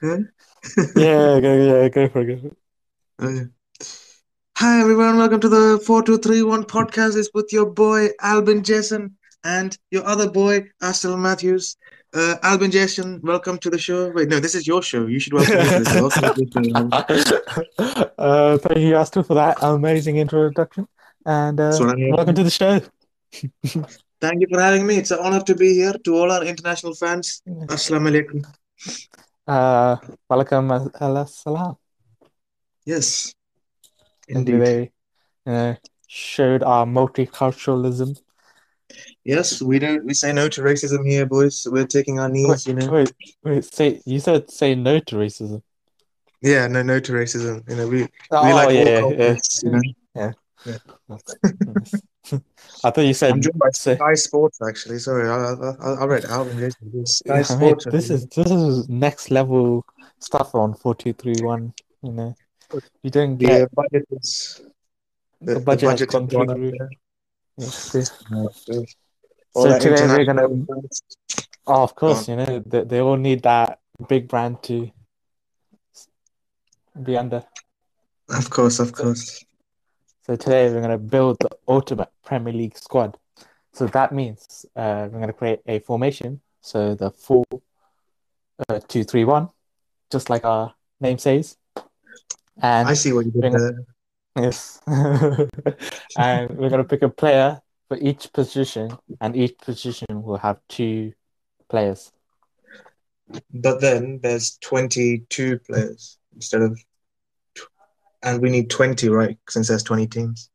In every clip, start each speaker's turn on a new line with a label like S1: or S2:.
S1: Huh?
S2: Yeah, okay, yeah, I can forget.
S1: Okay. Hi everyone, welcome to the 4231 podcast. It's with your boy Albin Jason and your other boy Astel Matthews. Uh, Albin Jason, welcome to the show. Wait, no, this is your show. You should welcome me to the show. Welcome to the show.
S2: uh, thank you, Astor, for that amazing introduction, and
S1: That's
S2: uh,
S1: what I'm here
S2: welcome
S1: for.
S2: to the show.
S1: Thank you for having me. It's an honor to be here to all our international fans. Assalamu alaikum.
S2: Uh, welcome, Allah salam.
S1: Yes,
S2: And we
S1: indeed.
S2: they uh, showed our multiculturalism.
S1: Yes, we don't we say no to racism here, boys. We're taking our
S2: Wait,
S1: knees, you know.
S2: wait, wait. Say you said say no to racism.
S1: Yeah, no, no to racism. You know, we we
S2: Oh
S1: like all
S2: yeah, yeah,
S1: cultures, you
S2: yeah,
S1: know.
S2: yeah.
S1: Yeah.
S2: That's nice. I thought you
S1: I'm
S2: said
S1: joined by
S2: say.
S1: Sky Sports, actually. Sorry, I I, I I read Alvin Jason. It was Sky
S2: I mean,
S1: Sports. I
S2: this
S1: think.
S2: is this is next level stuff on four two three one. You know, you don't
S1: The uh,
S2: get
S1: budget is
S2: the
S1: the, the
S2: budget has
S1: budget has
S2: gone
S1: gone
S2: through the
S1: up
S2: roof.
S1: there.
S2: Yeah, they-
S1: Yeah. All
S2: so
S1: that
S2: today we're
S1: international
S2: gonna.
S1: influence
S2: Oh, of course,
S1: gone.
S2: you know they, they all need that big brand to s- be under.
S1: Of course, of
S2: So,
S1: course.
S2: so today we're gonna build the ultimate Premier League squad. So that means uh, we're gonna create a formation. So the four uh, two three one, just like our name says,
S1: I
S2: and
S1: see what you
S2: we're
S1: did
S2: gonna
S1: there.
S2: Yes. And we're going to pick a player for each position, and each position will have two players.
S1: But then there's 22 players instead of, and we need 20, right? Since there's 20 teams.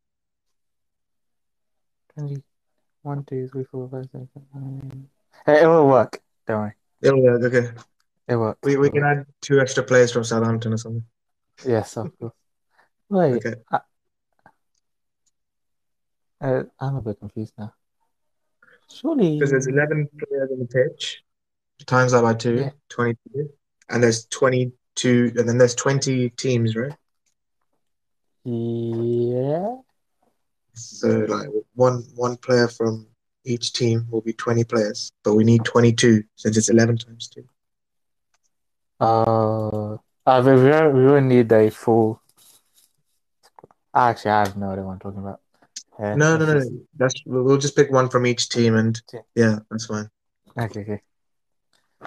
S2: 20, One, two, three, four, five, six, seven, eight. Hey, it will work. Don't worry.
S1: Yeah, yeah, okay.
S2: It works.
S1: We,
S2: It
S1: we can
S2: works.
S1: add two extra players from Southampton or something.
S2: Yes, of course. Wait,
S1: Okay.
S2: I, uh, I'm a bit confused now.
S1: Because there's
S2: Surely,
S1: 11 players on the pitch. times that by
S2: Mm. yeah,
S1: two, 22. And there's 22, and then there's 20 teams, right?
S2: yeah,
S1: So like one one player from each team will be 20 players, but we need 22 since it's 11 times two.
S2: uh, uh, we, we we will need a full. Actually, I have no idea what I'm talking about. Yeah,
S1: No, no,
S2: let's
S1: no.
S2: just.
S1: no. That's we'll we'll just pick one from each team, and
S2: yeah.
S1: yeah, that's fine.
S2: Okay, okay.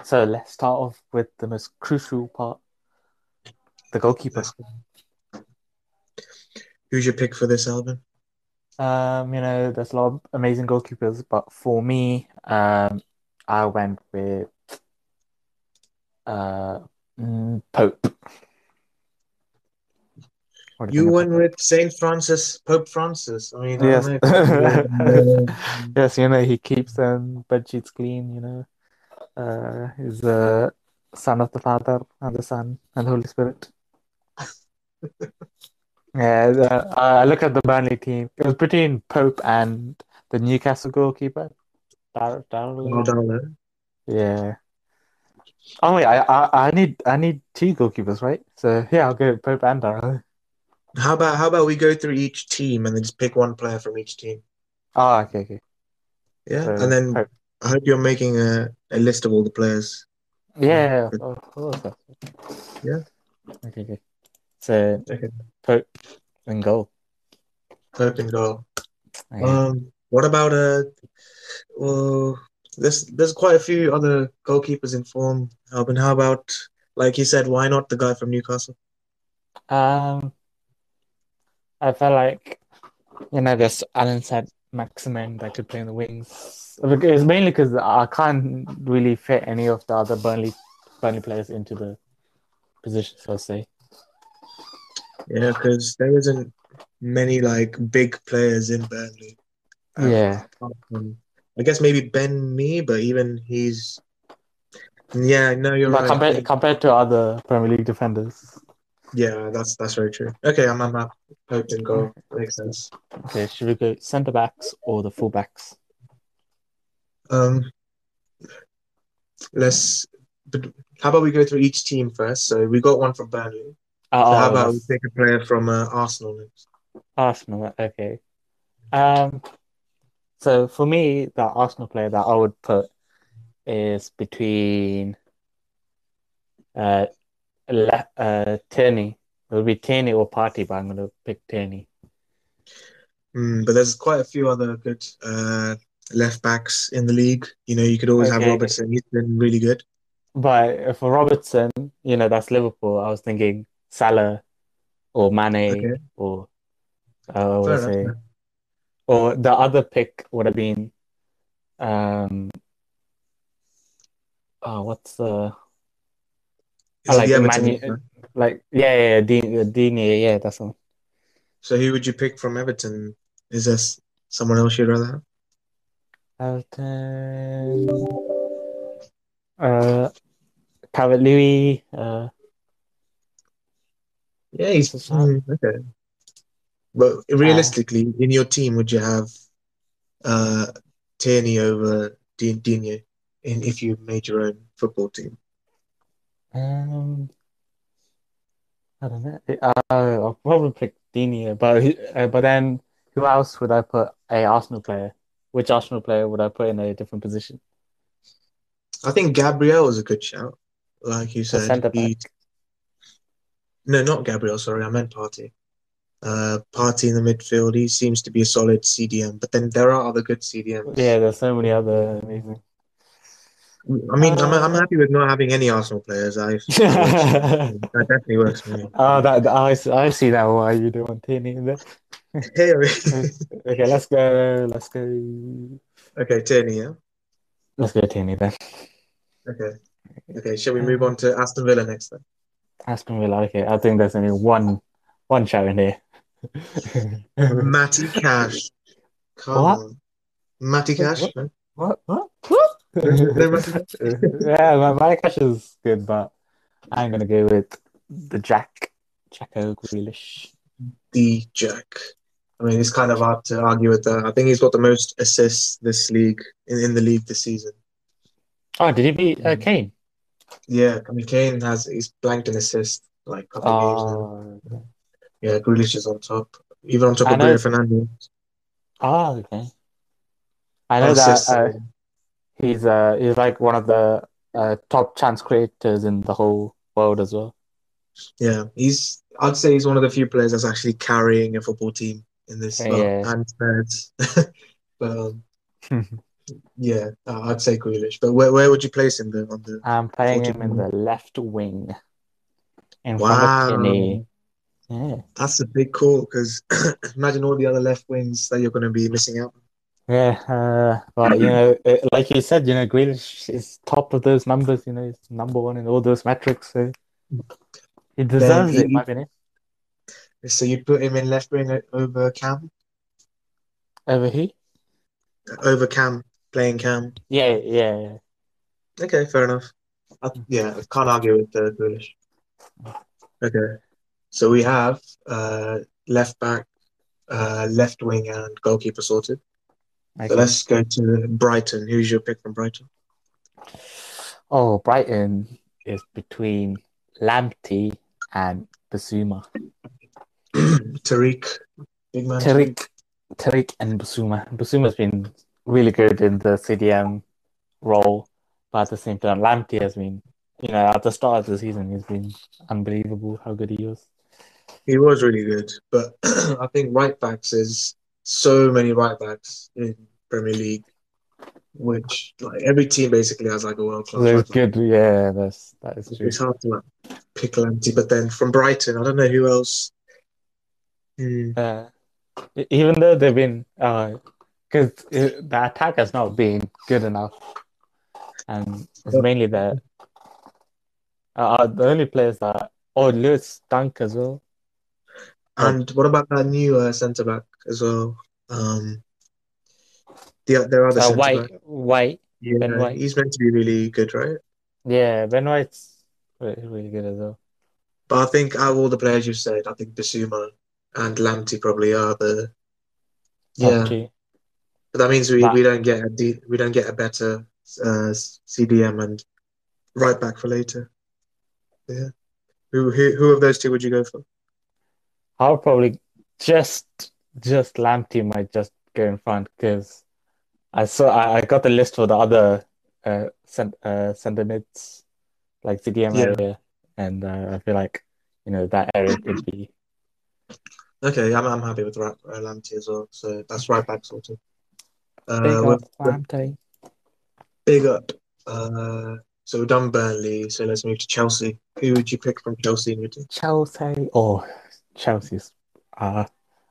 S2: So let's start off with the most crucial part, the goalkeeper.
S1: That's fine. Who's your pick for this, Alvin?
S2: Um, you know, there's a lot of amazing goalkeepers, but for me, um, I went with uh mm, Pope. What do you think
S1: You
S2: of
S1: went
S2: Pope?
S1: with Saint Francis, Pope Francis. I mean, I don't
S2: Yes,
S1: know if I can go. No.
S2: yes, you know, he keeps them bed sheets clean. You know, uh, he's the son of the Father and the Son and the Holy Spirit. Yeah, the, uh, I look at the Burnley team. It was between Pope and the Newcastle goalkeeper, Dar
S1: Well
S2: Darlow.
S1: done, though.
S2: Yeah. Oh wait, I, I I need I need two goalkeepers, right? So yeah, I'll go Pope and Darlow.
S1: How about how about we go through each team and then just pick one player from each team?
S2: Oh, okay, okay.
S1: Yeah, and
S2: So
S1: then
S2: Pope.
S1: I hope you're making a, a list of all the players. Yeah.
S2: Yeah,
S1: Good.
S2: of course. of course.
S1: Yeah.
S2: Okay, okay. So
S1: Okay.
S2: Pope and goal.
S1: Hope and goal.
S2: Yeah.
S1: Um, what about uh? Well, there's there's quite a few other goalkeepers in form. Alban, how about like you said, why not the guy from Newcastle?
S2: Um, I felt like you know, there's Alan said Maximin that could play in the wings. It's mainly because I can't really fit any of the other Burnley Burnley players into the positions. I'll say.
S1: Yeah, because there isn't many like big players in Burnley. Um,
S2: Yeah.
S1: apart from- I guess maybe Ben Mee, but even he's yeah. No, you're
S2: But
S1: right.
S2: compared
S1: He,
S2: compared to other Premier League defenders.
S1: yeah, that's that's very true. Okay, I'm I'm up. Hope and goal makes sense.
S2: Okay, should we go centre backs or the full backs?
S1: Um, let's. But how about we go through each team first? So we got one from Burnley. So how
S2: Oh, oh,
S1: about we
S2: yes.
S1: pick a player from uh, Arsenal next?
S2: Arsenal. Okay. Um. So for me, the Arsenal player that I would put is between. uh, Le- uh, Tierney. It'll be Tierney or Party, but I'm going to pick Tierney.
S1: Mm, but there's quite a few other good uh, left backs in the league. You know, you could always have
S2: Okay.
S1: Robertson. He's been really good.
S2: But for Robertson, you know, that's Liverpool. I was thinking Salah or Mane
S1: Okay.
S2: or uh,
S1: Fair
S2: what
S1: enough.
S2: was it? Or the other pick would have been, um, oh, what's the
S1: Is
S2: I
S1: it the
S2: like
S1: Everton?
S2: the
S1: one?
S2: Man like yeah yeah yeah, D- Dini yeah that's one.
S1: So who would you pick from Everton? Is there s- someone else you'd rather have?
S2: Everton, uh, Calvert-Lewin, uh,
S1: Yeah, he's
S2: So Sa-
S1: mm, okay. But realistically, in your team, would you have uh, Tierney over Di- Digne in if you made your own football team?
S2: um, I don't know. Uh, I'll probably pick Dini, but who- uh, but then who else would I put a Arsenal player? Which Arsenal player would I put in a different position?
S1: I think Gabriel is a good shout. Like you
S2: A
S1: said,
S2: centre back.
S1: he no, not Gabriel. Sorry, I meant Partey. Uh, Partey in the midfield. He seems to be a solid CDM. But then there are other good CDMs.
S2: Yeah, there's so many other amazing.
S1: I mean, I'm I'm
S2: Uh,
S1: happy with not having any Arsenal players. I that works. That definitely works for me.
S2: Oh, that, that- I, see- I see now why you don't want Tierney in there.
S1: Hey,
S2: Okay, let's go. Let's go.
S1: okay, Tierney. Yeah.
S2: Let's go Tierney then.
S1: Okay. Okay. Shall we move
S2: Uh,
S1: on to Aston Villa next then?
S2: Aston Villa. Okay, I think there's only one one shout in here.
S1: Matty Cash. Come
S2: What?
S1: on. Matty
S2: Wait,
S1: Cash?
S2: what?
S1: No,
S2: What? What? What?
S1: no Matty Cash.
S2: Yeah, my, my cash is good, but I'm gonna go with the Jack, Jacko Grealish.
S1: The Jack. I mean, it's kind of hard to argue with that. I think he's got the most assists this league in, in the league this season.
S2: Oh, did he beat uh,
S1: Mm.
S2: Kane?
S1: Yeah, I mean, Kane has he's blanked an assist like a couple of games now.
S2: Oh,
S1: Yeah, Grealish is on top, even on top
S2: I
S1: of Bruno
S2: know.
S1: Fernandes.
S2: Oh, okay. I
S1: Oh,
S2: know that
S1: assists.
S2: uh, he's uh he's like one of the uh top chance creators in the whole world as well.
S1: Yeah, he's. I'd say he's one of the few players that's actually carrying a football team in this. Well,
S2: Yeah.
S1: and Spurs, but um, yeah, uh, I'd say Grealish. But where where would you place him though on the
S2: I'm playing him in
S1: 14?
S2: the left wing in front of
S1: Wow,
S2: Tierney. Yeah.
S1: that's a big call because imagine all the other left wings that you're going to be missing out.
S2: Yeah, uh, but you know, uh like you said, you know, Grealish is top of those numbers. You know, he's number one in all those metrics, so he
S1: Then
S2: deserves it, in my
S1: he,
S2: opinion.
S1: he- so you put him in left wing o- over Cam,
S2: Over who?
S1: over Cam playing Cam.
S2: Yeah, yeah, yeah.
S1: Okay, fair enough. I, yeah, I can't argue with uh, Grealish. Okay, so we have uh, left back. uh, left wing and goalkeeper sorted. So
S2: Okay.
S1: let's go to Brighton. Who's your pick from Brighton?
S2: Oh, Brighton is between Lamptey and Basuma.
S1: Tariq, big man Tariq.
S2: Tariq, Tariq and Basuma. Basuma's been really good in the CDM role, but at the same time, Lamptey has been, you know, at the start of the season, he's been unbelievable how good he was.
S1: He was really good, but I think right backs is so many right backs in Premier League, which like every team basically has like a world class
S2: There's
S1: right back.
S2: good, yeah, that's that is true.
S1: It's hard to like pick Lamptey, but then from Brighton, I don't know who else. Hmm.
S2: Uh, e- even though they've been, uh, because the attack has not been good enough, and it's mainly the uh, uh, the only players that oh Lewis Dunk as well. Oh,
S1: And what about that new uh, centre back as well? Um, the their other
S2: uh,
S1: centre
S2: White,
S1: back.
S2: White, Ben
S1: Yeah,
S2: White.
S1: he's meant to be really good, right?
S2: Yeah, Ben White's re- really good as well.
S1: But I think out of all the players you've said, I think Bissouma and Lamptey probably are the
S2: Top
S1: yeah.
S2: two,
S1: But that means we, we
S2: but
S1: don't get a de we don't get a better uh, CDM and right back for later. Yeah. Who who who of those two would you go for?
S2: I'll probably just just Lamptey might just go in front because I saw I, I got the list for the other uh cent, uh center mids like CDM
S1: Yeah.
S2: area. and uh, I feel like you know that area could be
S1: Okay, I'm, I'm happy with Ra- uh, Lamptey as well. So that's right back sorted.
S2: big
S1: Uh, we're
S2: up Lamptey.
S1: big up. Uh, so we're done Burnley. So let's move to Chelsea. Who would you pick from Chelsea in your team?
S2: Chelsea. Oh, Chelsea's. Uh,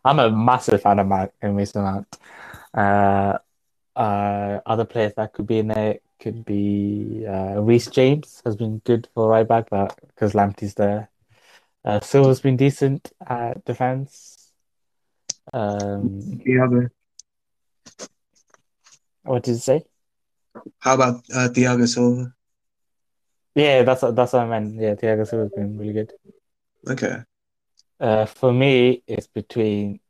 S2: I'm a massive fan of Mark and Mason Mount. Uh, uh, other players that could be in there could be uh, Reese James has been good for right back, but because Lamptey's there. Uh, Silva's been decent at defense. Um,
S1: The other.
S2: what did you say?
S1: How about uh, Thiago Silva?
S2: Yeah, that's what- that's what I meant. Yeah, Thiago Silva's been really good.
S1: Okay.
S2: Uh, for me, it's between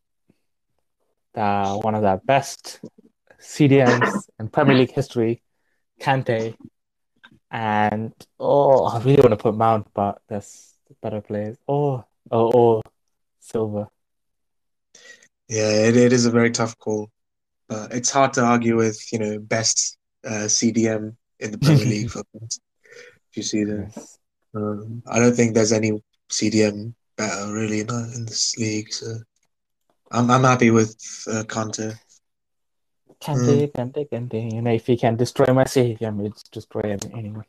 S2: the, one of the best CDMs in Premier League history, Kante, and oh, I really want to put Mount, but there's better players. Oh, oh, oh, Silver.
S1: Yeah, it, it is a very tough call. But it's hard to argue with, you know, best uh, CDM in the Premier League for the past few seasons.
S2: Yes.
S1: Um, I don't think there's any CDM better really in, uh, in this league. So I'm I'm happy with uh, Kante.
S2: Kante, Kante, Kante. You know, if he can destroy Messi, he can destroy anyone.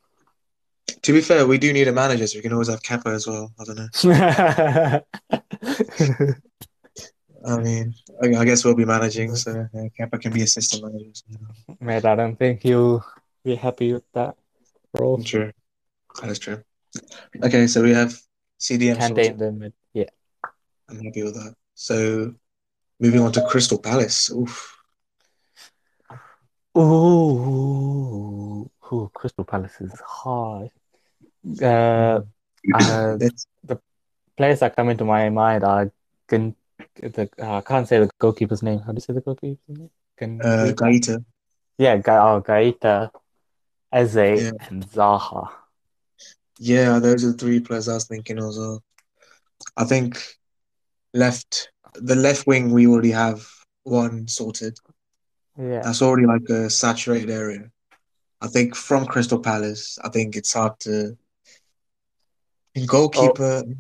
S1: To be fair, we do need a manager, so we can always have Kepa as well. I don't know. I mean, I, I guess we'll be managing, so yeah, Kepa can be assistant manager. So, you know.
S2: Mate, I don't think he'll be happy with that role.
S1: True, that is true. Okay, so we have CDM.
S2: Kante in
S1: Sorted.
S2: the mid. Yeah.
S1: I'm happy with that. So moving on to Crystal Palace. Oof.
S2: Ooh, ooh, Crystal Palace is hard. Uh, uh,
S1: That's-
S2: players that come into my mind are Gun. The uh, I can't say the goalkeeper's name. How do you say the goalkeeper's name? Gun.
S1: uh, Gaeta.
S2: yeah, Ga- oh, Gaeta, Eze,
S1: Yeah.
S2: and Zaha.
S1: Yeah, those are the three players I was thinking as well. I think left the left wing we already have one sorted.
S2: Yeah,
S1: That's already like a saturated area. I think from Crystal Palace, I think it's hard to in goalkeeper.
S2: Oh.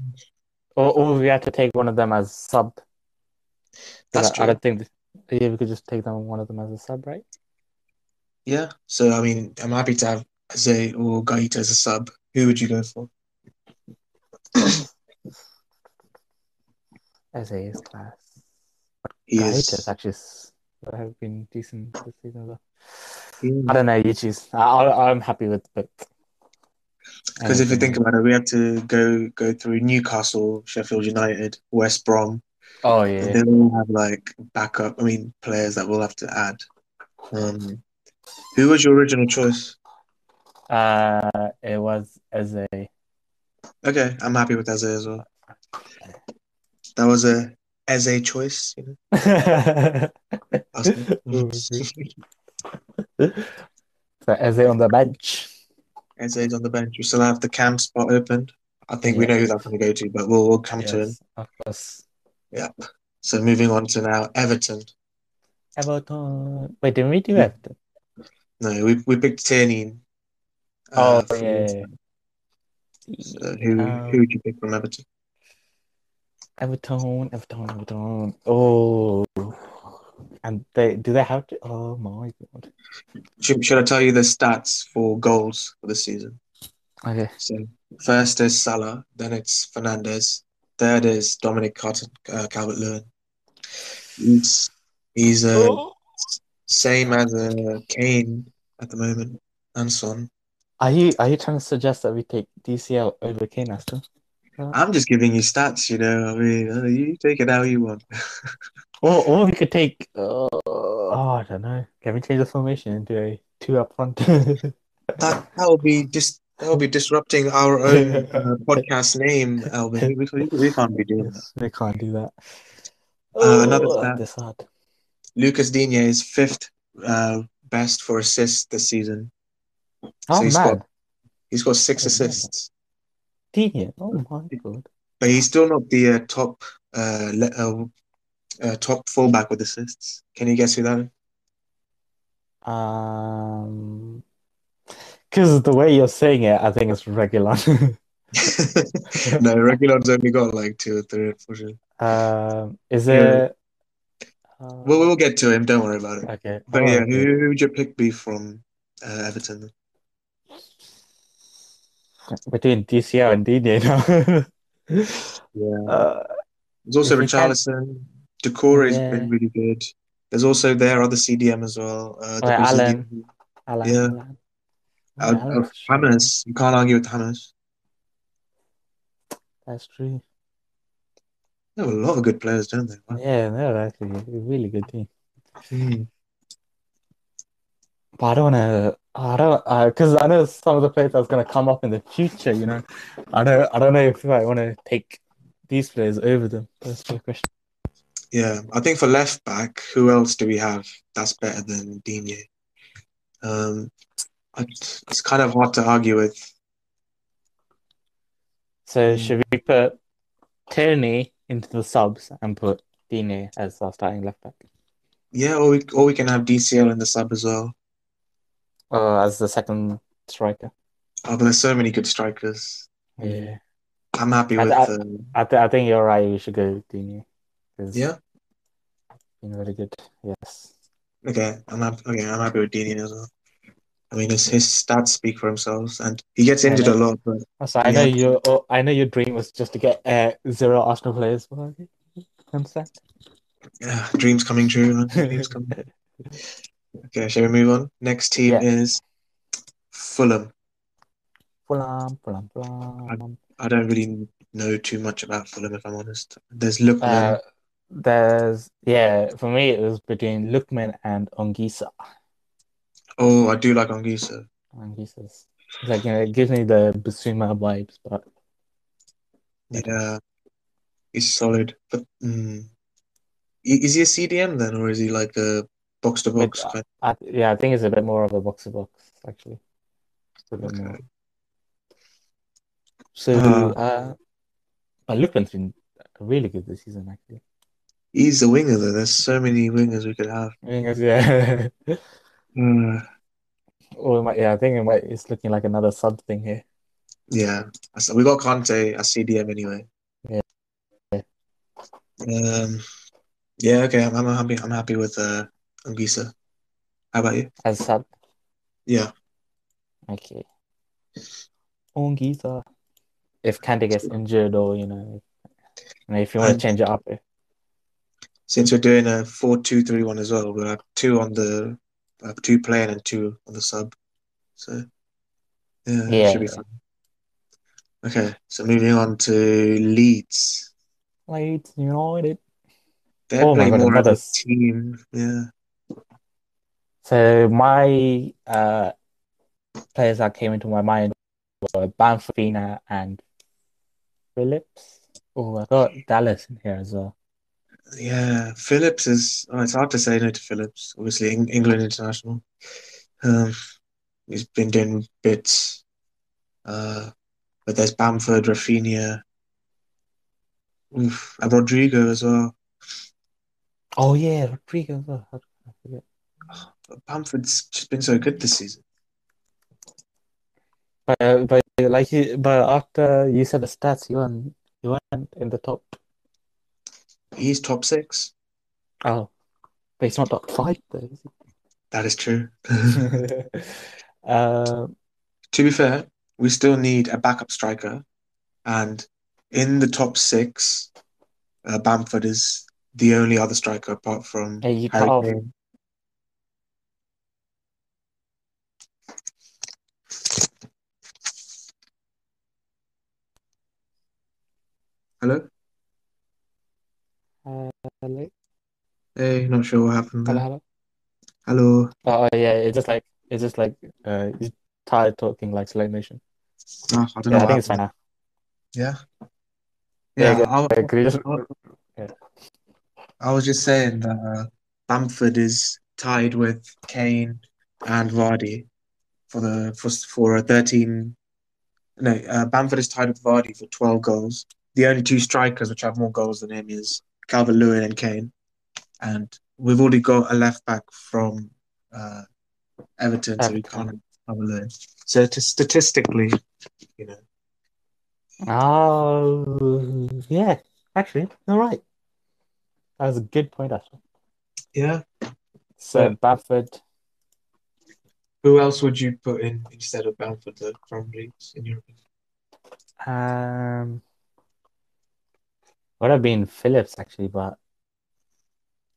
S2: or, or we had to take one of them as sub. 'cause
S1: That's
S2: I, I
S1: true.
S2: don't think. Yeah, we could just take them one of them as a sub, right?
S1: Yeah. So I mean, I'm happy to have Jose or Gaeta as a sub. Who would you go for?
S2: Eze is class.
S1: He
S2: Gaeta's
S1: is.
S2: actually s- has been decent this season though. I
S1: Because
S2: don't know, you choose. I, I, I'm happy with both.
S1: if you think
S2: Anything.
S1: about it, we had to go go through Newcastle, Sheffield United, West Brom,
S2: Oh
S1: and
S2: yeah,
S1: they all have like backup. I mean, players that we'll have to add. Um, who was your original choice?
S2: uh, it was as a
S1: Okay, I'm happy with Eze as well. That was a Eze choice, you know. That's
S2: so as a on the bench.
S1: Eze's on the bench. We still have the cam spot open. I think we
S2: Yeah.
S1: know who that's going to go to, but we'll, we'll come to him.
S2: Yes, of course.
S1: Yeah. So moving on to now Everton.
S2: Everton. Wait, didn't we do
S1: Yeah.
S2: Everton?
S1: No, we we picked Tierney.
S2: Oh
S1: Uh,
S2: yeah.
S1: from,
S2: yeah, yeah.
S1: so who who
S2: Um,
S1: would you pick from Everton?
S2: Everton, Everton, Everton. Oh, and they do they have to? Oh my God.
S1: Should, should I tell you the stats for goals for the season?
S2: Okay.
S1: So first is Salah, then it's Fernandez, third is Dominic Carton, uh, Calvert-Lewin. He's he's uh,
S2: Oh.
S1: same as uh, Kane at the moment and Son.
S2: Are you are you trying to suggest that we take DCL over Kane Aston? Or
S1: I'm just giving you stats, you know. I mean, uh, you take it how you want.
S2: or we could take uh, oh I don't know. Can we change the formation into a two up front?
S1: That that will be dis that will be disrupting our own uh, podcast name, Alvin. We, we, we can't be doing that.
S2: Yes, we can't do that.
S1: Uh, another
S2: Oh,
S1: stat:
S2: this hard.
S1: Lucas Digne is fifth uh, best for assists this season.
S2: Oh
S1: So he's got
S2: man,
S1: he's got six
S2: I didn't know that.
S1: assists,
S2: Genius. Oh my god.
S1: but he's still not the uh, top uh, le uh, uh, top fullback with assists. Can you guess who that is?
S2: Um, because the way you're saying it, I think it's regular.
S1: no, Regulon's only got like two or three, unfortunately.
S2: Um, is
S1: Yeah.
S2: it? Uh,
S1: Well, we'll get to him. Don't worry about it.
S2: okay.
S1: But
S2: all
S1: yeah,
S2: right.
S1: who, who would your pick be from uh, Everton?
S2: Between DCL and DD now.
S1: Yeah.
S2: uh,
S1: There's also
S2: if we can-
S1: Richarlison. Decore has
S2: Yeah.
S1: been really good. There's also their other CDM as well. Uh,
S2: Oh, yeah,
S1: double
S2: Alan.
S1: CDM.
S2: Alan,
S1: Yeah.
S2: Alan. Yeah,
S1: Out
S2: Alan's
S1: of
S2: strong.
S1: Uh, Hammers. You can't argue with Hammers.
S2: That's true.
S1: They have a lot of good players, don't they? Wow.
S2: Yeah, they're actually a really good team.
S1: Hmm.
S2: But I don't wanna, I don't, because I know some of the players that's gonna come up in the future. You know, I don't, I don't know if I want to take these players over them. That's the question.
S1: Yeah, I think for left back, who else do we have that's better than Digne? Um, I- it's kind of hard to argue with.
S2: So
S1: Hmm.
S2: should we put Tierney into the subs and put Dini as our starting left back,
S1: Yeah, or we, or we can have DCL in the sub as well.
S2: or as the second striker?
S1: Oh, but there's so many good strikers.
S2: Yeah,
S1: I'm happy
S2: I-
S1: with.
S2: I-
S1: um,
S2: I, th- I think you're right. We should go Dini. He's
S1: yeah.
S2: been really good. Yes.
S1: Okay, I'm happy. Okay, I'm happy with Digne as well. I mean, his his stats speak for themselves, and he gets
S2: Yeah,
S1: injured
S2: no.
S1: a lot, but
S2: So I
S1: we
S2: know
S1: have
S2: your oh, I know your dream was just to get uh, zero Arsenal players. Well, okay. Understand?
S1: yeah, dreams coming true. man. Dreams coming. Okay, shall we move on? Next team
S2: Yeah.
S1: is Fulham.
S2: Fulham, Fulham, Fulham.
S1: I don't really know too much about Fulham, if I'm honest. There's Lookman.
S2: Uh, there's yeah. For me, it was between Lukman and Ongisa.
S1: Oh, I do like Anguissa.
S2: Ongisa's it's like you know, it gives me the Basuma vibes, but
S1: Yeah, uh, he's solid. But mm, i- is he a CDM then, or is he like a box to
S2: but
S1: box kind?
S2: I, yeah, I think it's a bit more of a box to box actually. It's a bit more.
S1: Okay.
S2: So
S1: Uh,
S2: uh, but Lukman's been really good this season actually.
S1: He's a winger though. There's so many wingers we could have.
S2: I think it's- yeah.
S1: Uh,
S2: Mm. Or it might, Oh, yeah, I think it might, it's looking like another sub thing here.
S1: yeah, So we got Conte as CDM anyway.
S2: Yeah.
S1: Um, yeah, okay. I'm, I'm happy. I'm happy with uh, Anguissa. How about you?
S2: As sub.
S1: Yeah,
S2: Okay. Ongiza. If Kante gets injured or, you know, you know, if you want to
S1: and
S2: change it up. eh.
S1: since we're doing a four-two-three-one as well, we'll have two on the uh, two playing and two on the sub. So yeah, it
S2: Yeah.
S1: should be fun. Okay, so moving on to Leeds.
S2: Leeds United.
S1: They're
S2: Oh my
S1: playing
S2: God,
S1: more as
S2: another.
S1: a
S2: s-
S1: team. Yeah.
S2: So my uh players that came into my mind were Banfina and Phillips. Oh, I got Dallas in here as well.
S1: Yeah. Phillips is, oh, it's hard to say no to Phillips. Obviously, Eng England international. Um, he's been doing bits. Uh, but there's Bamford, Rafinha, oof, and Rodrigo as well.
S2: Oh yeah, Rodrigo as well. How could I forget?
S1: But Bamford's just been so good this season.
S2: But uh, but like you, but after you said the stats, you weren't you weren't in the top.
S1: He's top six.
S2: Oh, but it's not top five though. Is
S1: That is true.
S2: it? Um,
S1: To be fair, we still need a backup striker. And in the top six, uh, Bamford is the only other striker apart from
S2: yeah, you cut
S1: Harry
S2: off.
S1: Kane. Hello?
S2: Uh, hello,
S1: Hey, not sure what happened
S2: hello,
S1: there.
S2: hello.
S1: Hello.
S2: Oh yeah, it's just like it's just like uh, you tired talking like slow motion.
S1: Ah, I don't know
S2: Yeah, I
S1: what
S2: think it's fine
S1: happened.
S2: now.
S1: Yeah. Yeah,
S2: Yeah, good.
S1: I,
S2: Uh, Could you just?
S1: I,
S2: Yeah.
S1: I was just saying that uh, Bamford is tied with Kane and Vardy for the for for a 13 No, uh, Bamford is tied with Vardy for 12 goals. The only two strikers which have more goals than him is Calvert-Lewin and Kane. And we've already got a left back from uh, Everton, so we
S2: Everton.
S1: can't have Calvert-Lewin. So t- statistically, you know,
S2: Oh, yeah. Actually, you're right. That was a good point, actually.
S1: Yeah.
S2: So
S1: Yeah.
S2: Bamford,
S1: Who else would you put in instead of Bamford though, from Leeds in your opinion?
S2: um, would have been Phillips actually, but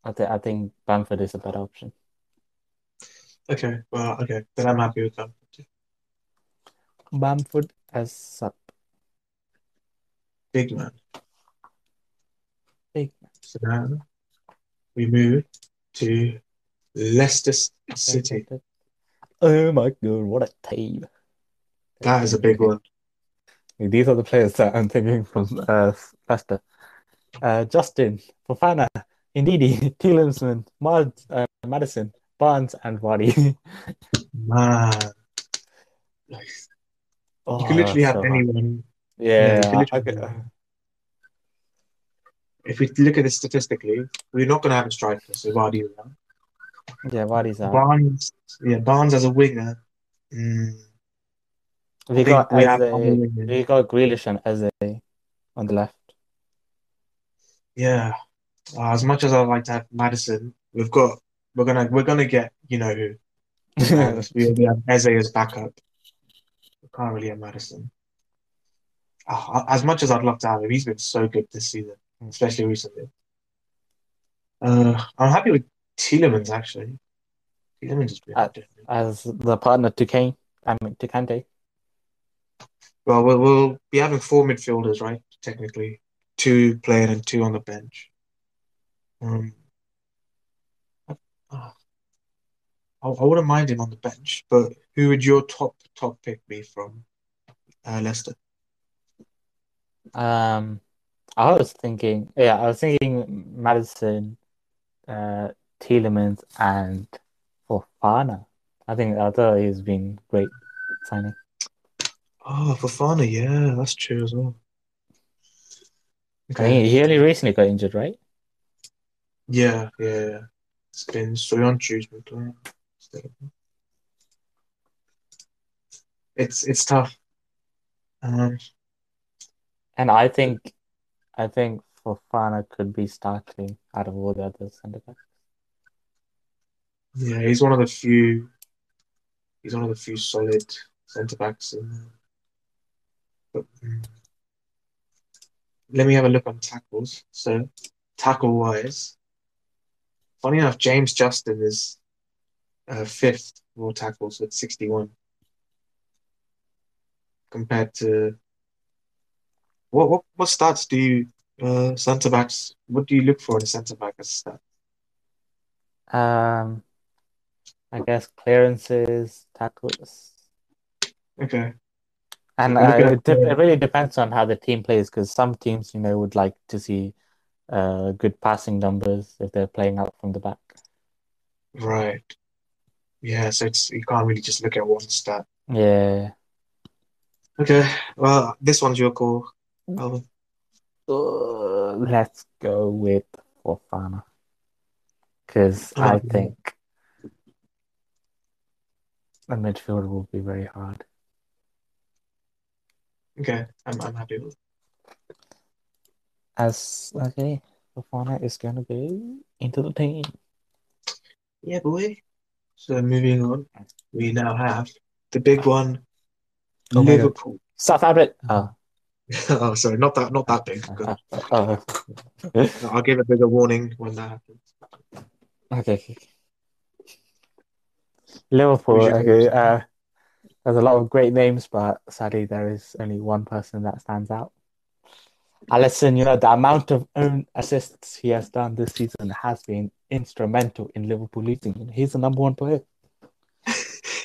S2: I think I think Bamford is a better option.
S1: Okay, well, okay, then I'm happy with Bamford. too.
S2: Bamford as sub.
S1: Big man.
S2: Big
S1: So now we move to Leicester City.
S2: Oh my god, what a team!
S1: That is a big one.
S2: These are the players that I'm thinking from uh, Leicester. Uh, Justin, Fofana, Indeedy, Tielemsman, Mad, uh, Madison, Barnes, and Vardy.
S1: Man. Like, you
S2: Oh,
S1: could literally have
S2: so hard.
S1: anyone.
S2: Yeah,
S1: you could
S2: I- I
S1: literally-
S2: could-
S1: If we look at this statistically, we're not going to have a striker, so Vardy will run.
S2: yeah, Vardy's out.
S1: Barnes, yeah, Barnes as a winger. Mm,
S2: We
S1: I
S2: got
S1: think we
S2: Eze,
S1: have other wingers.
S2: we got Grealish and Eze on the left.
S1: Yeah, Uh, as much as I'd like to have Madison, we've got we're gonna we're gonna get you know who, and we we have Eze as backup. We can't really have Madison. Ah, as much as I'd love to have him, he's been so good this season, especially recently. Uh, I'm happy with Tielemans actually. Tielemans has been
S2: Uh,
S1: good.
S2: As the partner to Kane, I mean to Kante.
S1: Well, we'll we'll be having four midfielders, right? Technically, two playing and two on the bench. Um, I, uh, I wouldn't mind him on the bench, but who would your top top pick be from uh, Leicester?
S2: Um, I was thinking, yeah, I was thinking Madison, uh, Tielemans, and Fofana. I think although he's been great signing.
S1: Oh, Fofana, yeah, that's true as well.
S2: I think he only recently got injured, right?
S1: Yeah, yeah, yeah. It's been Soyuncu's been playing. It's it's tough. Um,
S2: And I think, I think Fofana could be starting out of all the other centre backs.
S1: yeah, he's one of the few. He's one of the few solid centre backs. in- But mm, let me have a look on tackles. So, tackle wise, funny enough, James Justin is uh, fifth of all tackles with sixty-one, compared to What what what stats do you uh centre backs? What do you look for in a centre back as a stat?
S2: Um, I guess clearances, tackles,
S1: Okay.
S2: and
S1: If you look
S2: uh,
S1: at-
S2: it, dep- it really depends on how the team plays because some teams, you know, would like to see uh good passing numbers if they're playing out from the back.
S1: Right. Yeah. So it's you can't really just look at one stat.
S2: Yeah.
S1: Okay. Well, this one's your call.
S2: Mm.
S1: Alvin.
S2: Uh, let's go with Fofana because
S1: I'm
S2: I
S1: happy with
S2: think the midfield will be very hard.
S1: Okay. I'm I'm happy with.
S2: As okay, Fofana is gonna go into the team.
S1: Yeah, boy. So moving on, we now have the big one,
S2: Uh, Oh my God.
S1: Liverpool.
S2: Southampton. Oh,
S1: Oh, sorry, not that not that big. God.
S2: oh.
S1: No, I'll give a bigger warning when that happens.
S2: Okay. okay. Liverpool.
S1: Who's your
S2: Okay.
S1: favourite?
S2: Uh, there's a lot of great names, but sadly, there is only one person that stands out. Allison, you know, the amount of own assists he has done this season has been instrumental in Liverpool losing. He's the number one player.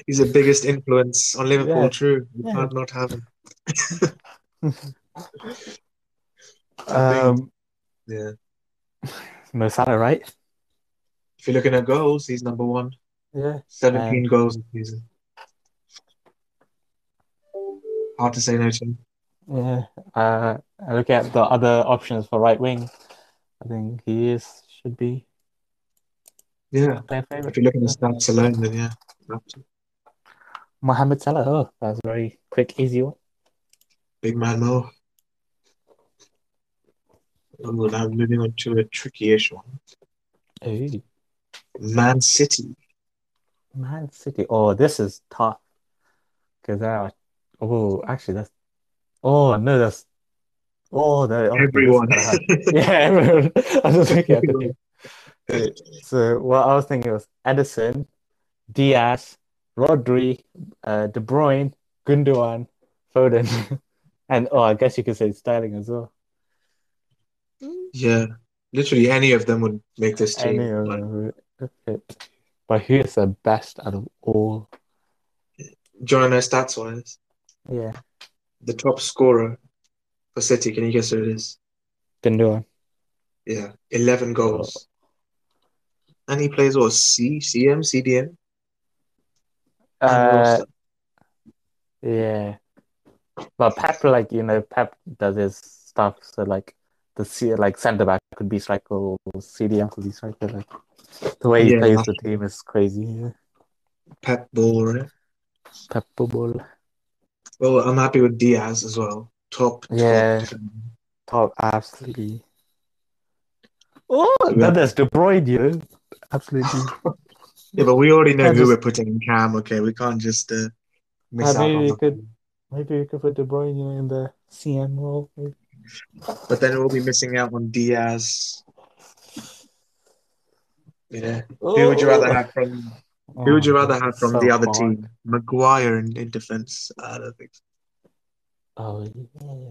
S1: He's the biggest influence on Liverpool.
S2: Yeah.
S1: True, we
S2: Yeah.
S1: can't not have him. I think-
S2: Um,
S1: Yeah.
S2: Mo Salah, right?
S1: If you're looking at goals, he's number one.
S2: Yeah. Um,
S1: 17 goals in the season. Hard to say no to.
S2: Yeah. Uh, I look at the other options for right wing. I think he is should be
S1: Yeah.
S2: their favorite.
S1: If you're looking at stats alone, then yeah. Absolutely.
S2: Mohamed Salah. Oh, that was a very quick, easy one.
S1: Big man, Mo. Oh, now moving on to a tricky-ish one.
S2: Ooh,
S1: Man City.
S2: Man City. Oh, this is tough. Because uh, oh, actually, that's. Oh no, that's. Oh, that, okay, this
S1: Everyone.
S2: is gonna have- yeah, everyone. I was thinking. I was thinking. So what I was thinking was Edison, Diaz, Rodri, uh, De Bruyne, Gundogan, Foden, and oh, I guess you could say Sterling as well.
S1: Yeah, literally any of them would make this team.
S2: Any of
S1: but
S2: them would fit. But who is the best out of all?
S1: join us stats-wise.
S2: Yeah,
S1: The top scorer for City, can you guess who it is?
S2: Gundogan.
S1: Yeah, 11 goals. And he plays what? C, CM, CDM?
S2: Uh, Yeah, but Pep, like you know, Pep does his stuff. So like the C, like centre back could be striker or CDM could be striker. Like the way he
S1: Yeah.
S2: plays the team is crazy. Yeah.
S1: Pep Ball, right?
S2: Pep ball,
S1: Well, I'm happy with Diaz as well. Top, top.
S2: Yeah. top, absolutely. Oh, that is De Bruyne, you know? absolutely.
S1: Yeah, but we already know
S2: I
S1: who
S2: just-
S1: we're putting in cam, okay? We can't just uh, miss out
S2: Maybe
S1: on
S2: we
S1: them.
S2: could, maybe we could put De Bruyne you know, in the CM role.
S1: But then we'll be missing out on Diaz. Yeah. Who would you rather
S2: Oh,
S1: have from who would you rather have from the other team? Maguire in, in defense. I don't think so.
S2: Oh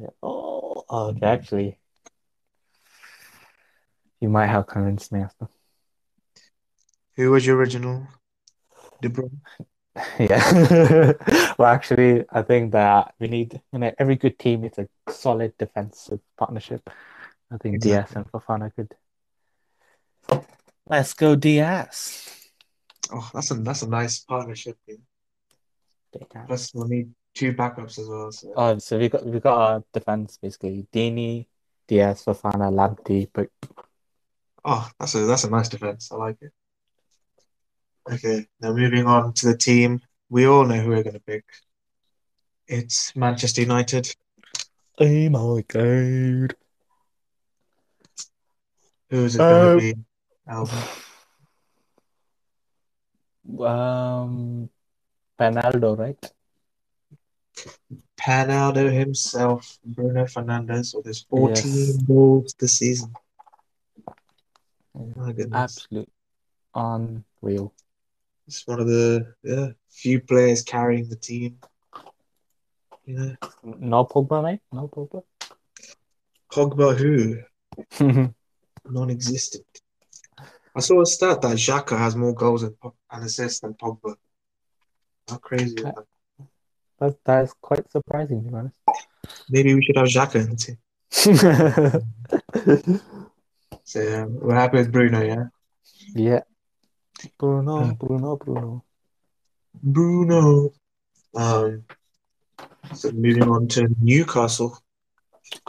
S2: yeah. Oh, oh, okay, actually, you might have convinced me. After.
S1: Who was your original? De Bruyne.
S2: Yeah. Well, actually, I think that we need, you know, every good team needs a solid defensive partnership. I think Diaz and Fofana could. Let's go, Diaz.
S1: Oh, that's a that's a nice partnership. yeah.
S2: Diaz.
S1: Plus we'll need two backups as well. So.
S2: Oh, so we got we got our defense basically. Dini, Diaz, Fofana, Lamptey, but
S1: Oh, that's a that's a nice defense. I like it. Okay, now moving on to the team. We all know who we're gonna pick. It's Manchester United.
S2: oh my god.
S1: Who is it gonna
S2: Um,
S1: be? Alvin.
S2: Um, Ronaldo, right?
S1: Ronaldo himself, Bruno Fernandes, with his 14
S2: Yes.
S1: goals this season.
S2: Yeah.
S1: My goodness.
S2: Absolute unreal.
S1: It's one of the yeah, few players carrying the team. You know,
S2: No Pogba, mate. No Pogba.
S1: Pogba who? Non-existent. I saw a stat that Xhaka has more goals and, po- and assists than Pogba. How crazy is that?
S2: That that is quite surprising, to be
S1: Maybe we should have Xhaka in the team.
S2: honest.
S1: So yeah, we're happy with Bruno, yeah?
S2: yeah. Hmm. Bruno,
S1: Yeah.
S2: Bruno, Bruno.
S1: Bruno. Um, so moving on to Newcastle.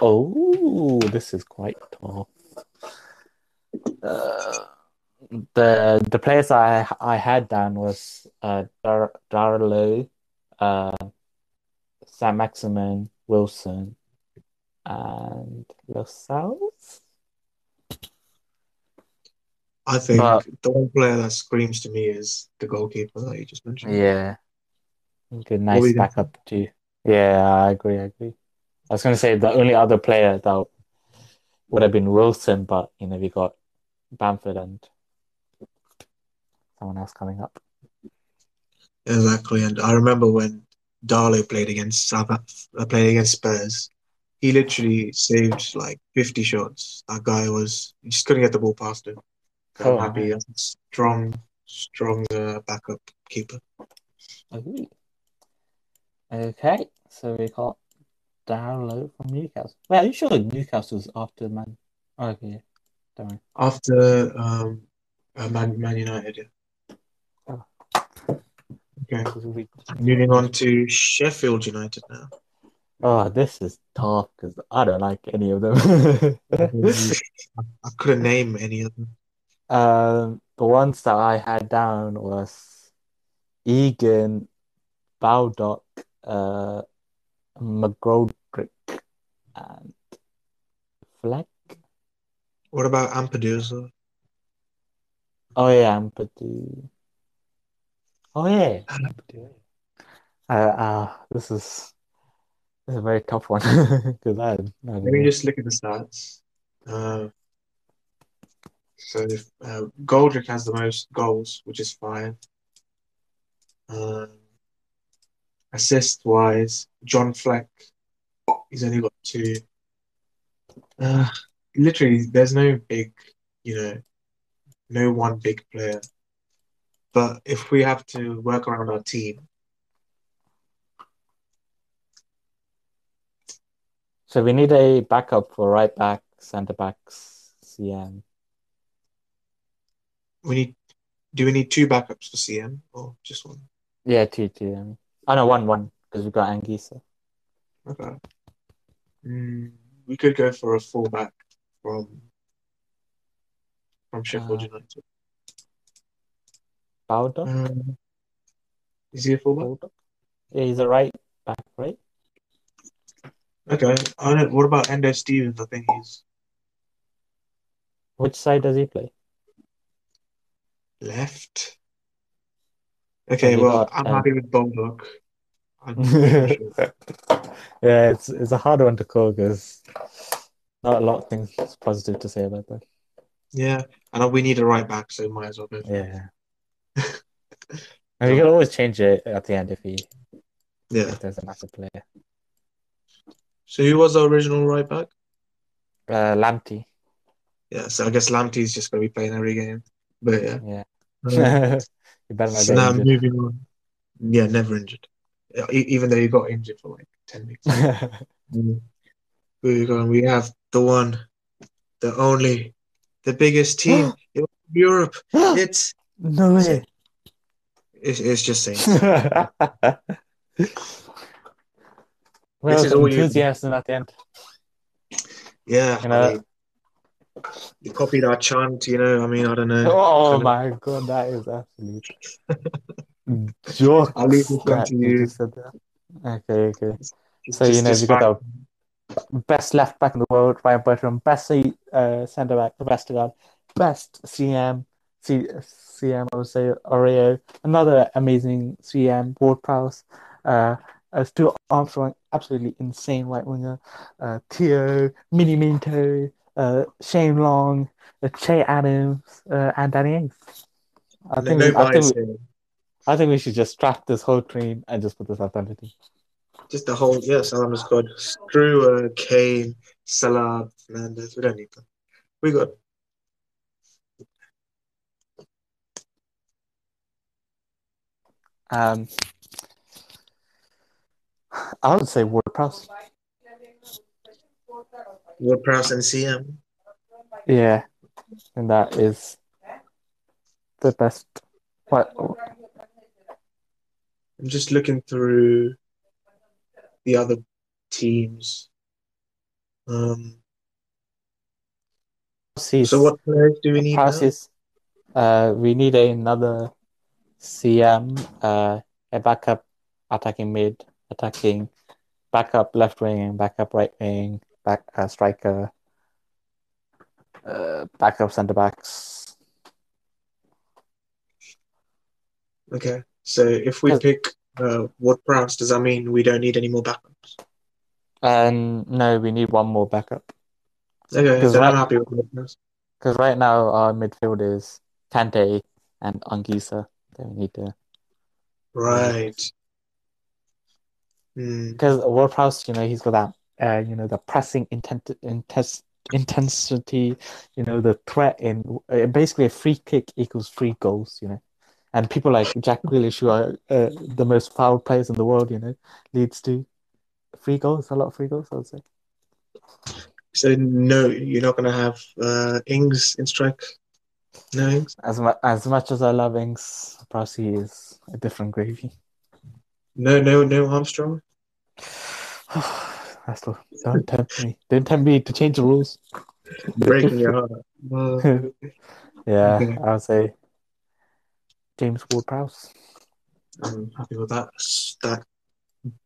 S2: Oh, this is quite tough. Uh, the the players I I had down was uh Dar- Darlow, uh, Sam Maximin, Wilson, and yourselves.
S1: I think
S2: But-
S1: the one player that screams to me is the goalkeeper that you just mentioned.
S2: Yeah. Good,
S1: What were
S2: nice
S1: you gonna
S2: backup too. Yeah, I agree, I agree. I was gonna say the only other player that would have been Wilson, but you know, we got Bamford and someone else coming up.
S1: Exactly, and I remember when Darlow played against South, uh, played against Spurs. He literally saved like 50 shots. That guy was he just couldn't get the ball past him. But I'm
S2: Oh,
S1: happy. That's a strong, strong uh, backup keeper.
S2: Agree. Okay, so we got Darlow from Newcastle. Well, are you sure Newcastle's after Man? Oh, okay, yeah. Don't worry.
S1: After um, uh, Man, Man United. Yeah. Okay, moving on to Sheffield United now.
S2: Oh, this is tough because I don't like any of them.
S1: I couldn't name any of them.
S2: Um, the ones that I had down was Egan, Baldock, uh, McGoldrick, and Fleck.
S1: What about Ampedusa?
S2: Oh yeah, Ampadu. Oh yeah,
S1: Ah,
S2: Ampadu. Uh, uh, this is this is a very tough one because I, I don't
S1: Let me
S2: know.
S1: just look at the stats. Uh, so if, uh, Goldrick has the most goals, which is five. Um, assist wise, John Fleck, he's only got two. Uh, literally, there's no big, you know, no one big player. But if we have to work around our team,
S2: So we need a backup for right back, centre backs, CM.
S1: we need. Do we need two backups for CM or just one?
S2: Yeah, two two. I mean, oh no, one one because we got Anguissa.
S1: Okay. Mm, we could go for a fullback from from Sheffield
S2: Uh,
S1: United.
S2: Baldock,
S1: Um, is he a fullback?
S2: Baldock. Yeah, he's a right back, right?
S1: Okay. I don't. What about Endo Stevens? I think he's
S2: Which side does he play?
S1: left.
S2: So
S1: Okay.
S2: we
S1: Well,
S2: got
S1: I'm
S2: um.
S1: happy with Baldock. I'm pretty
S2: Yeah,
S1: sure.
S2: it's it's a hard one to call because not a lot of things positive to say about that.
S1: Yeah. And we need a right back, so might as well go for
S2: Yeah, and we
S1: that.
S2: can always change it at the end if he
S1: Yeah.
S2: if there's a massive player.
S1: So who was the original right back?
S2: Uh, Lamptey,
S1: Yeah. So I guess Lamptey's just going to be playing every game. But yeah.
S2: yeah,
S1: Um,
S2: Oh. you better not
S1: so
S2: get
S1: now
S2: injured.
S1: moving on. Yeah, never injured. Yeah, e- Even though he got injured for like 10 weeks. Mm. We go- we have the one, the only, the biggest team in Europe. It's
S2: No way.
S1: it's, it's just
S2: Hmm.
S1: Saints.
S2: well,
S1: This is all you need.
S2: enthusiasm at the end.
S1: Yeah,
S2: You
S1: I
S2: know.
S1: mean, you copied our chant, you know. I mean, I don't know.
S2: Oh
S1: Kind of,
S2: my god, that is absolute
S1: I'll leave this
S2: jokes
S1: one
S2: that
S1: to
S2: you
S1: you.
S2: just said that. Okay, okay.
S1: It's
S2: So you
S1: just
S2: know
S1: this
S2: we got
S1: fact.
S2: the best left back in the world, Ryan Bertram, best uh, centre back, Vestergaard, best CM, C, CM I would say Oreo, another amazing CM, Ward Prowse, uh, uh, Stuart Armstrong, absolutely insane right winger, uh, Theo, Mini Minto, uh, Shane Long, uh, Che Adams, uh, and Danny Ings. I
S1: No,
S2: think
S1: no
S2: we, I think
S1: bias
S2: we,
S1: here.
S2: I think we should just scrap this whole team and just put this at team.
S1: Just the whole yeah, Salam is good. Screw uh, Kane, Salah, Fernandez. We don't need them. We got
S2: Um, I would say Ward Prowse.
S1: Ward Prowse and CM.
S2: Yeah, and that is the best. What?
S1: I'm just looking through the other teams. Um, so
S2: Prowse's,
S1: what players do we need now?
S2: Prowse's, uh, we need another CM, uh, a backup attacking mid, attacking backup left wing, backup right wing, back uh, striker, uh, backup centre backs.
S1: Okay, so if we
S2: 'Cause-
S1: pick uh, Ward Prowse, does that mean we don't need any more backups?
S2: Um, no, we need one more backup
S1: Okay,
S2: because
S1: then I'm
S2: right
S1: happy with Ward Prowse.
S2: because right now our midfield is Kante and Anguissa. Then we need to really
S1: Right. Hmm.
S2: because Ward Prowse, you know, he's got that, uh, you know, the pressing intent, intense, intensity, you know, the threat in uh, basically a free kick equals free goals, you know. And people like Jack Grealish, who are uh, the most foul players in the world, you know, leads to free goals, a lot of free goals, I would say.
S1: So no, you're not gonna have uh, Ings in strike. No Ings.
S2: As mu- as much as I love Ings, Prowse is a different gravy.
S1: No, no, no Armstrong.
S2: Aslo, don't tempt me. Don't tempt me to change the rules.
S1: Breaking your heart. Uh,
S2: yeah,
S1: okay,
S2: I would say James Ward Prowse.
S1: I'm happy with that. That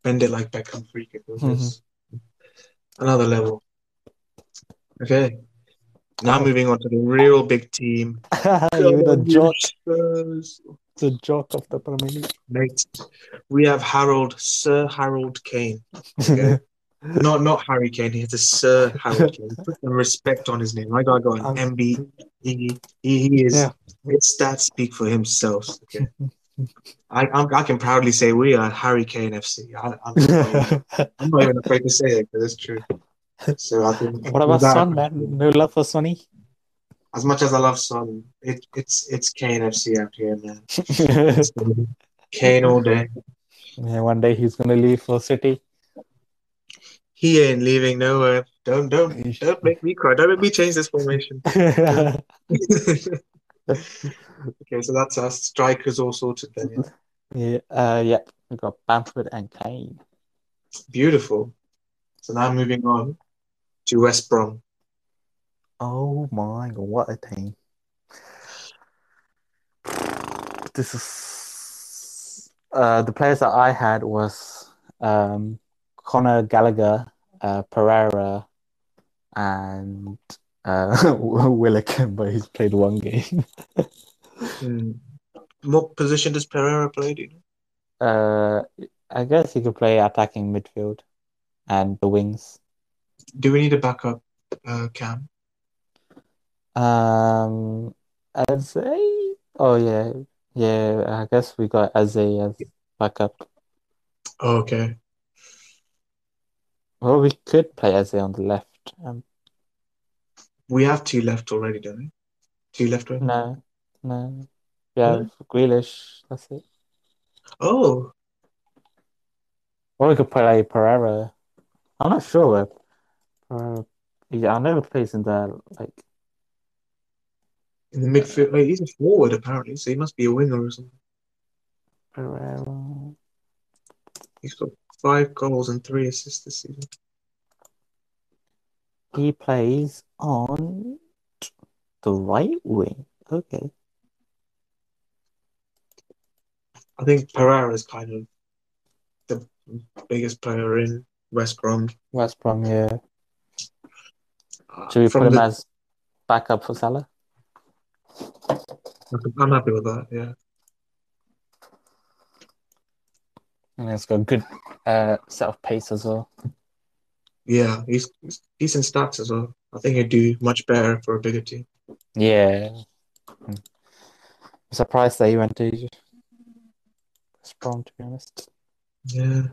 S1: bend it like Beckham free kick was
S2: hmm
S1: just another level. Okay. Now moving on to the real big team.
S2: You're the joke,
S1: Spurs.
S2: the joke of the Premier League.
S1: Next, we have Harold Sir Harold Kane. Okay. not not Harry Kane. He's a Sir Harold Kane. Put some respect on his name. I gotta go on.
S2: Um,
S1: MB. He, he, he is.
S2: Yeah.
S1: His stats speak for himself. Okay. I I'm, I can proudly say we are Harry Kane FC. I, I'm, I'm not even afraid to say it because it's true. So I think
S2: what about
S1: that-
S2: Son, man? No love for Sonny?
S1: As much as I love Son, it, it's it's Kane FC out here, man.
S2: yeah,
S1: It's gonna be Kane all day.
S2: one day he's gonna leave for City.
S1: He ain't leaving nowhere. Don't don't don't make me cry. Don't make me change this formation. okay, so that's our strikers all sorted then. yeah.
S2: Yeah, uh, yeah. We got Bamford and Kane.
S1: Beautiful. So now moving on to West Brom.
S2: Oh my god, what a team! This is uh, the players that I had was um, Connor Gallagher, uh, Pereira, and uh, Willican, but he's played one game.
S1: Hmm. What position does Pereira play? Do you know?
S2: Uh, I guess he could play attacking midfield and the wings.
S1: Do we need a backup uh, cam?
S2: Um, Azay? Oh yeah, yeah. I guess we got Azay as backup.
S1: Oh, okay.
S2: Well, we could play Azay on the left. Um,
S1: We have two left already, don't we? Two left wing.
S2: no, no. Yeah, Grealish. That's it.
S1: Oh,
S2: Or we could play Pereira. I'm not sure where Pereira. Yeah, I know he plays in the like.
S1: in the midfield. Wait, he's a forward apparently, so he must be a winger or something.
S2: Pereira.
S1: He's got five goals and three assists this season.
S2: He plays on the right wing. Okay.
S1: I think Pereira is kind of the biggest player in West Brom.
S2: West Brom, yeah.
S1: Uh,
S2: Should we
S1: from
S2: put him
S1: the-
S2: as backup for Salah?
S1: I'm happy with that. Yeah.
S2: And it's got a good uh, set of pace as well.
S1: Yeah, he's, he's decent stats as well. I think he'd do much better for a bigger team.
S2: Yeah. I'm surprised that he went to West Brom, to be honest.
S1: Yeah,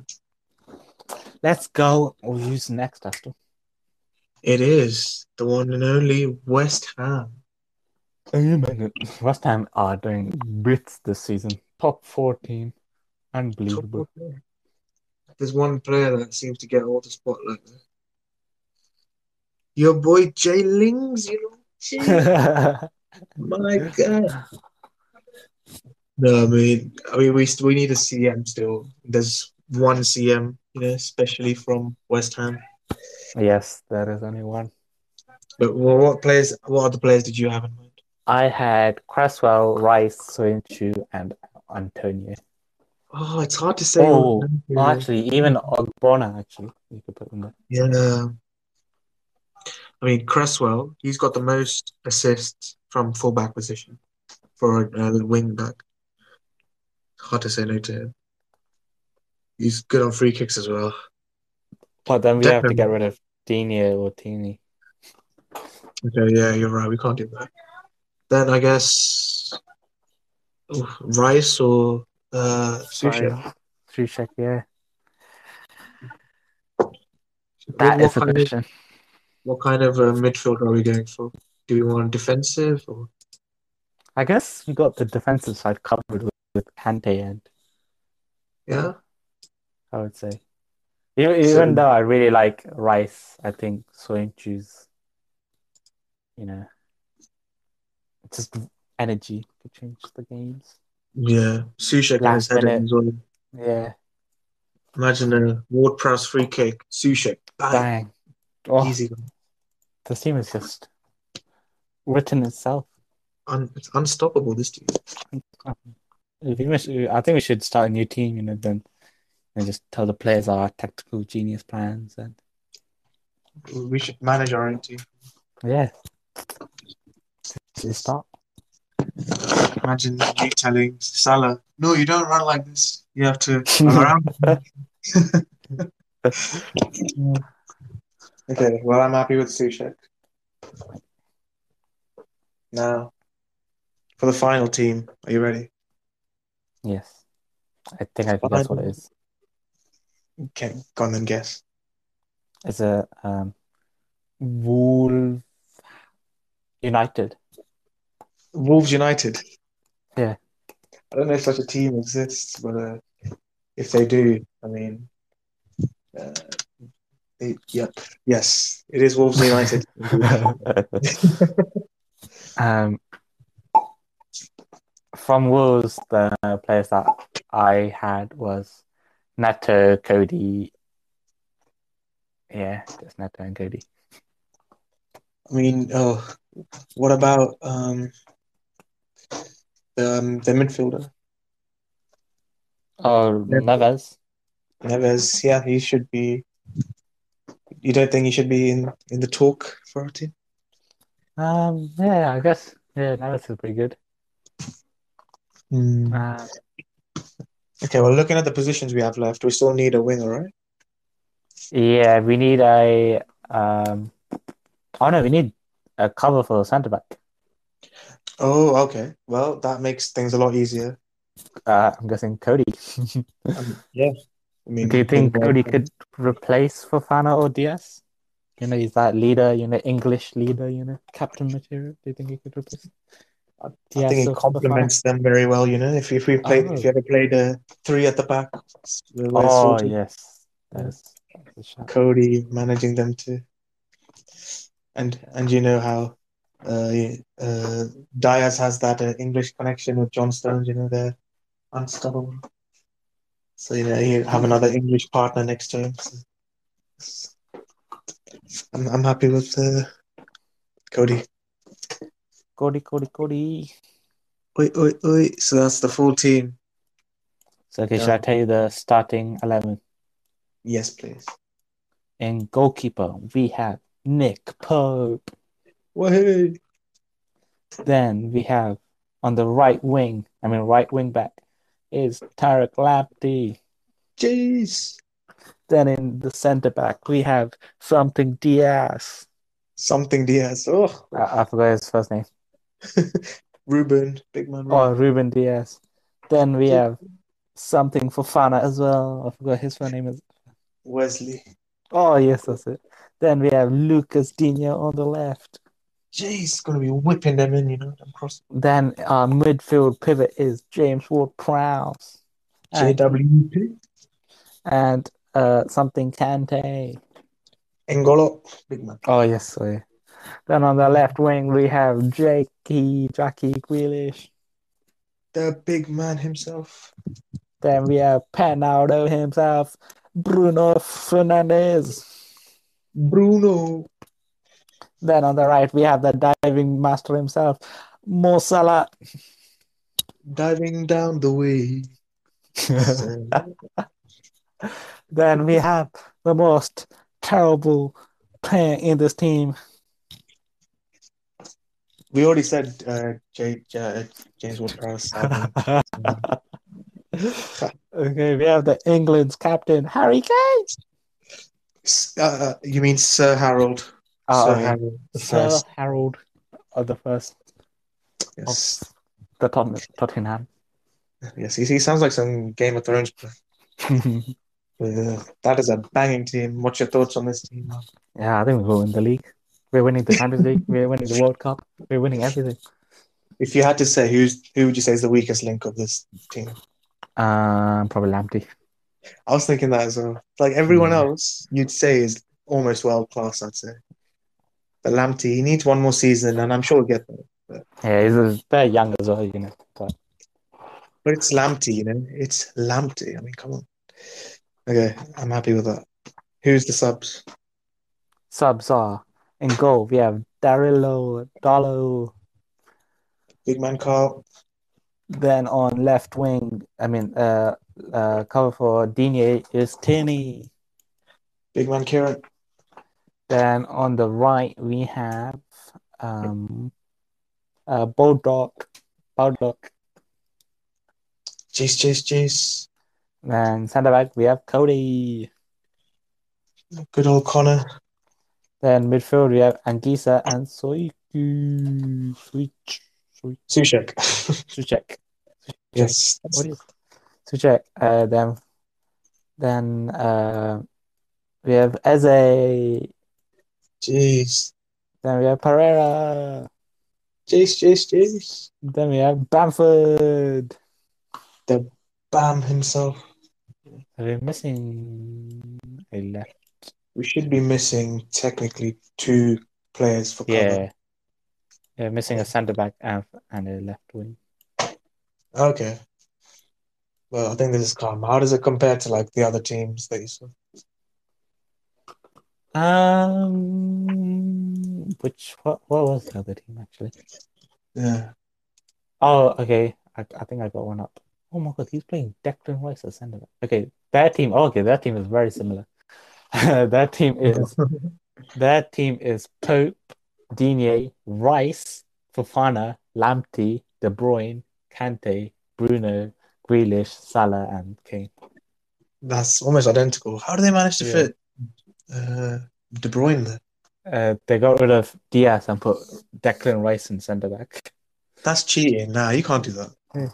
S2: Let's go. We'll use next after.
S1: it is the one and only West Ham.
S2: Oh, yeah, man. West Ham are doing bits this season. Top four team.
S1: Top four
S2: Unbelievable.
S1: player. There's one player that seems to get all the spotlight. though. Your boy Jay Lings, you know. Jay, my God. No, I mean, I mean, we we need a CM still. There's one CM, you know, especially from West Ham.
S2: yes, there is only one.
S1: But well, what players? What other players did you have in mind?
S2: I had Cresswell, Rice, Soyuncu, and Antonio.
S1: Oh, it's hard to say.
S2: Oh, Well, actually, even Ogbonna, actually, you could put in there.
S1: yeah. I mean, Cresswell, he's got the most assists from fullback position for a uh, wing back. Hard to say no to him. He's good on free kicks as well.
S2: But then we have to
S1: Definitely.
S2: get rid of Dini or Tini.
S1: Okay, yeah, you're right. We can't do that. Then I guess oof, Rice or uh, Susha.
S2: Sorry. Sushek, yeah.
S1: What, what
S2: That is a
S1: kind of
S2: question.
S1: what kind of uh, midfield are we going for? Do we want defensive or
S2: I guess we got the defensive side covered with, with Kante, and
S1: yeah?
S2: I would say. E-, Even,
S1: So-
S2: even though I really like Rice, I think Soyuncu's, you know, just energy to change the games.
S1: Yeah, Sushek and his
S2: Last
S1: header
S2: minute.
S1: as well.
S2: Yeah,
S1: Imagine a Ward Prowse free kick, Sushek, bang,
S2: dang. Oh,
S1: easy. one.
S2: this team is just written itself. Um,
S1: Un- it's unstoppable. This team.
S2: I think we should, I think we should start a new team, you know, then and just tell the players our tactical genius plans and
S1: We should manage our own team.
S2: yeah. to start.
S1: Imagine you telling Salah, no, you don't run like this. You have to run around. okay, well, I'm happy with Sushek. Now, for the final team, are you ready?
S2: Yes. I think I can guess what it is.
S1: Okay, go on then, guess.
S2: It's a um, Wolf United.
S1: Wolves United.
S2: Yeah.
S1: I don't know if such a team exists, but uh, if they do, I mean, uh, they, yep, yes, it is Wolves United.
S2: um, from Wolves, the players that I had was Neto, Cody. Yeah, just Neto and Cody.
S1: I mean, oh, what about um, um, the midfielder
S2: Oh,
S1: Yeah.
S2: Neves.
S1: Neves? Yeah, he should be. You don't think he should be in, in the talk for our team?
S2: Um, yeah, I guess. Yeah, Neves is pretty good. Um,
S1: Okay, well, looking at the positions we have left, we still need a winger, right?
S2: yeah, we need a. Um, oh no, we need a cover for centre back.
S1: Oh, okay. Well, that makes things a lot easier.
S2: Uh, I'm guessing Cody.
S1: Um, yeah. I mean,
S2: Do you think Cody could replace Fofana or Diaz? You know, he's that leader, you know, English leader, you know, captain material. Do you think he could replace? Uh,
S1: I think
S2: Diaz or
S1: it
S2: Fofana?
S1: complements them very well, you know. If if we played, if you ever played a three at the back, with with
S2: Oh,
S1: Sultan,
S2: yes. That's, that's a shout.
S1: Cody managing them too, and and you know how uh, uh, Diaz has that uh, English connection with John Stones, you know they're unstoppable. So you know you have another English partner next to him. so it's- I'm I'm happy with uh, Cody.
S2: Cody, Cody, Cody.
S1: Oi, oi, oi. So that's the full team.
S2: So, okay, should
S1: Yeah.
S2: I tell you the starting 11?
S1: Yes, please.
S2: In goalkeeper, we have Nick Pope.
S1: Wahey.
S2: Then we have on the right wing, I mean, right wing back is Tarek Lamptey.
S1: Jeez.
S2: Then in the centre back, we have something Diaz.
S1: Something Diaz. Oh,
S2: I, I forgot his first name.
S1: Ruben, big man.
S2: Oh, Ruben Diaz. Then we
S1: Yeah.
S2: have something for Fana as well. I forgot his first name is.
S1: Wesley.
S2: Oh, yes, that's it. Then we have Lucas Dino on the left.
S1: Jeez, gonna be whipping them in, you know, them cross.
S2: Then our midfield pivot is James Ward Prowse and,
S1: JWP.
S2: and uh, something Kante.
S1: Engolo, big man.
S2: Oh, yes, sorry. Then on the left wing, we have Jakey, Jackie Grealish.
S1: The big man himself.
S2: Then we have Penaldo himself, Bruno Fernandes.
S1: Bruno.
S2: Then on the right, we have the diving master himself, Mo Salah.
S1: Diving down the way. So,
S2: then we have the most terrible player in this team,
S1: we already said uh, J, J, uh, James Ward Prowse.
S2: okay, we have the England's captain, Harry Kane.
S1: uh, you mean Sir Harold? Ah, Sir
S2: Oh, okay.
S1: Harold the
S2: Sir
S1: first.
S2: Harold of Oh, the first
S1: Yes.
S2: of the Tot- Tottenham.
S1: yes, he, he sounds like some Game of Thrones. player. Uh, that is a banging team. What's your thoughts on this team?
S2: yeah, I think we will win the league. We're winning the Champions League. We're winning the World Cup. We're winning everything.
S1: If you had to say who's who would you say is the weakest link of this team?
S2: Um, probably Lamptey.
S1: I was thinking that as well. Like everyone
S2: Yeah.
S1: else, you'd say is almost world class. I'd say, but Lamptey, he needs one more season, and I'm sure he'll get there.
S2: Yeah, he's a bit young as well, you know. But
S1: But it's Lamptey, you know. It's Lamptey. I mean, come on. Okay, I'm happy with that. Who's the subs?
S2: subs are in goal. We have Darillo, Dallo.
S1: Big man Carl.
S2: Then on left wing, I mean, uh, uh, cover for Digne is Tierney.
S1: Big man Kieran.
S2: Then on the right, we have um, uh, Bulldog, Bulldog.
S1: Chase, chase, chase.
S2: And center back, we have Cody.
S1: Good old Connor.
S2: Then midfield, we have Angisa and Soiku. Switch.
S1: Sushek.
S2: Suchek.
S1: yes.
S2: What is Suchek? Uh, then, then uh, we have Eze.
S1: Jeez.
S2: Then we have Pereira.
S1: Chase, chase, chase.
S2: Then we have Bamford.
S1: Bam himself.
S2: We're missing a left.
S1: We should be missing technically two players for cover.
S2: Yeah. We're missing a centre back and, and a left wing.
S1: Okay. Well, I think this is calm. How does it compare to like the other teams that you saw?
S2: Um, which what what was the other team actually?
S1: Yeah.
S2: Oh, okay. I, I think I got one up. Oh my god, he's playing Declan Rice as centre back. Okay, their team. Oh, okay, their team is very similar. Their team is their team is Pope, Digne, Rice, Fofana, Lamptey, De Bruyne, Kante, Bruno, Grealish, Salah, and Kane.
S1: That's almost identical. How do they manage to
S2: Yeah.
S1: fit uh, De Bruyne there?
S2: Uh, they got rid of Diaz and put Declan Rice in centre back.
S1: That's cheating. Nah, you can't do
S2: Yeah.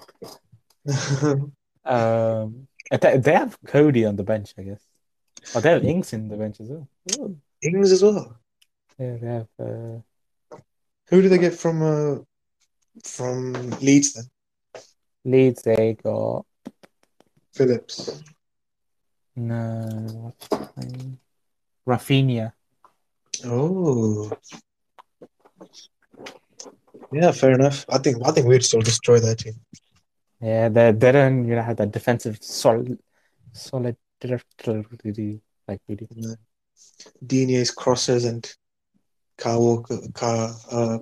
S1: that.
S2: Um, they, they have Cody on the bench, I guess. Oh, they have Inks in the bench as well. Ooh.
S1: Ings as well.
S2: Yeah, they have. Uh,
S1: Who do they get from uh, from Leeds then?
S2: Leeds, they got
S1: Phillips.
S2: no what's his name? Rafinha.
S1: Oh. Yeah, fair enough. I think I think we'd still destroy their team.
S2: Yeah, they they don't you know have that defensive solid solid solidity like we do.
S1: No. Dinier's crosses and Kyle Walker, Kyle, uh,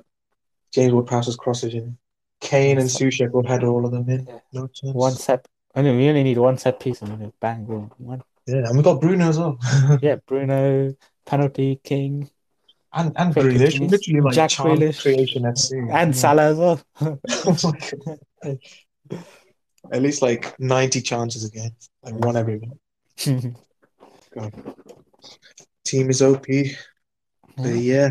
S1: James Ward-Prowse's crosses in. Kane and Sushek will head all of them in.
S2: Yeah.
S1: No chance.
S2: One set. I mean, we only need one set piece and then bang boom, one.
S1: Yeah, and we got Bruno as well.
S2: Yeah, Bruno penalty king
S1: and and
S2: Fucking
S1: Grealish.
S2: genius.
S1: Literally like
S2: Jack
S1: chance
S2: Grealish.
S1: creation FC.
S2: and Salah as well.
S1: Oh my God. At least like 90 chances a game. Like one every minute. Team is OP. But yeah.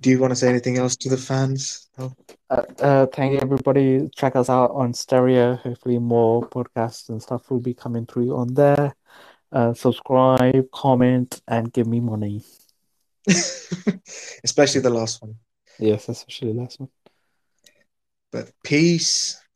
S1: Do you want to say anything else to the fans? No?
S2: Uh, uh, thank you, everybody. Check us out on Stereo. Hopefully, more podcasts and stuff will be coming through on there. Uh, subscribe, comment, and give me money.
S1: Especially the last one.
S2: Yes, especially last one.
S1: But peace.